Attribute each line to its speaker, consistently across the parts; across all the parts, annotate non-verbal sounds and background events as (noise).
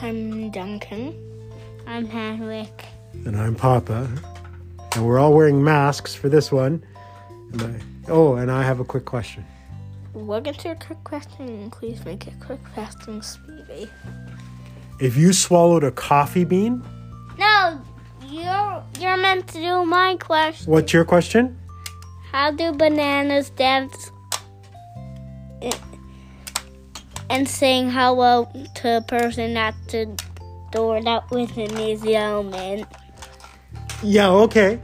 Speaker 1: I'm Duncan.
Speaker 2: I'm Hanwick.
Speaker 3: And I'm Papa. And we're all wearing masks for this one. And I, oh, and I have a quick question.
Speaker 1: We'll get to a quick question. Please make it quick, fast, and speedy.
Speaker 3: If you swallowed a coffee bean,
Speaker 2: No, you're you're meant to do my question.
Speaker 3: what's your question?
Speaker 2: How do bananas dance? And saying hello to a person at the door that with an easy element.
Speaker 3: Yeah, okay.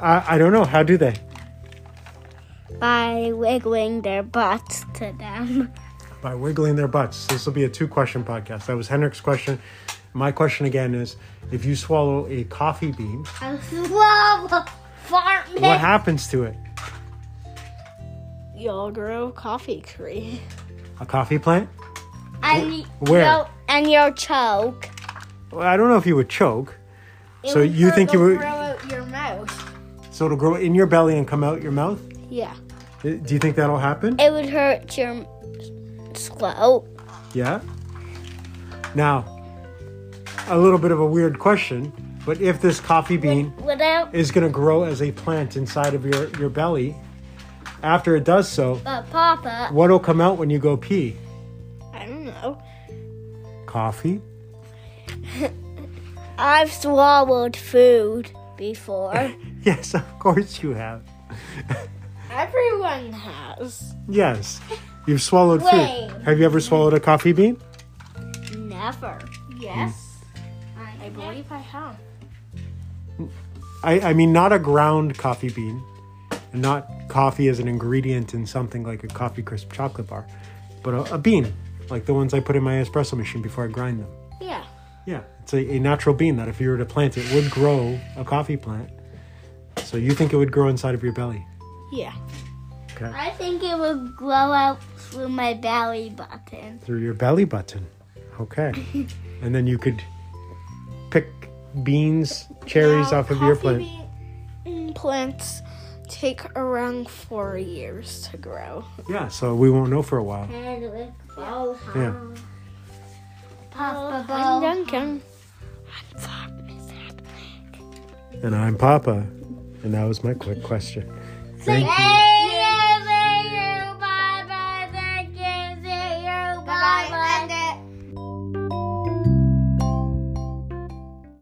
Speaker 3: I, I don't know. How do they?
Speaker 2: by wiggling their butts to
Speaker 1: (laughs)
Speaker 2: them.
Speaker 3: By wiggling their butts. This will be a two question podcast. That was Henrik's question. My question again is if you swallow a coffee bean,
Speaker 2: I swallow farting.
Speaker 3: what happens to it?
Speaker 1: Y'all grow coffee tree.
Speaker 3: A coffee plant?
Speaker 2: and
Speaker 3: Where?
Speaker 2: You'll, and you'll choke.
Speaker 3: Well, I don't know if you would choke. So you think you would?
Speaker 1: grow out your mouth?
Speaker 3: So it'll grow in your belly and come out your mouth.
Speaker 1: Yeah.
Speaker 3: Uh, Do you think that'll happen?
Speaker 2: It would hurt your throat.
Speaker 3: Yeah. Now, a little bit of a weird question, but if this coffee bean
Speaker 2: Without
Speaker 3: is going to grow as a plant inside of your your belly, after it does so,
Speaker 2: uh, Papa,
Speaker 3: what'll come out when you go pee?
Speaker 1: I don't know.
Speaker 3: Coffee. (laughs)
Speaker 2: I've swallowed food before.
Speaker 3: Yes, of course you have. (laughs)
Speaker 1: Everyone has.
Speaker 3: Yes, you've swallowed
Speaker 2: Wait.
Speaker 3: food. Have you ever swallowed a coffee bean?
Speaker 2: Never.
Speaker 1: Yes. I believe I have.
Speaker 3: I, I mean, not a ground coffee bean, and not coffee as an ingredient in something like a coffee crisp chocolate bar, but a, a bean, like the ones I put in my espresso machine before I grind them.
Speaker 1: Yeah.
Speaker 3: Yeah, it's a, a natural bean that if you were to plant it would grow a coffee plant. So you think it would grow inside of your belly?
Speaker 1: Yeah.
Speaker 3: Okay.
Speaker 2: I think it would grow out through my belly button.
Speaker 3: Through your belly button.
Speaker 1: (laughs)
Speaker 3: Okay. and then you could pick beans, cherries
Speaker 1: Now,
Speaker 3: off of your plant.
Speaker 1: coffee bean plants take around four years to grow.
Speaker 3: Yeah, so we won't know for a while.
Speaker 2: And with both
Speaker 3: Yeah.
Speaker 2: Papa
Speaker 1: I'm
Speaker 2: Bo.
Speaker 1: Duncan. I'm
Speaker 3: And I'm Papa. And that was my quick question. Thank you.
Speaker 2: Yay!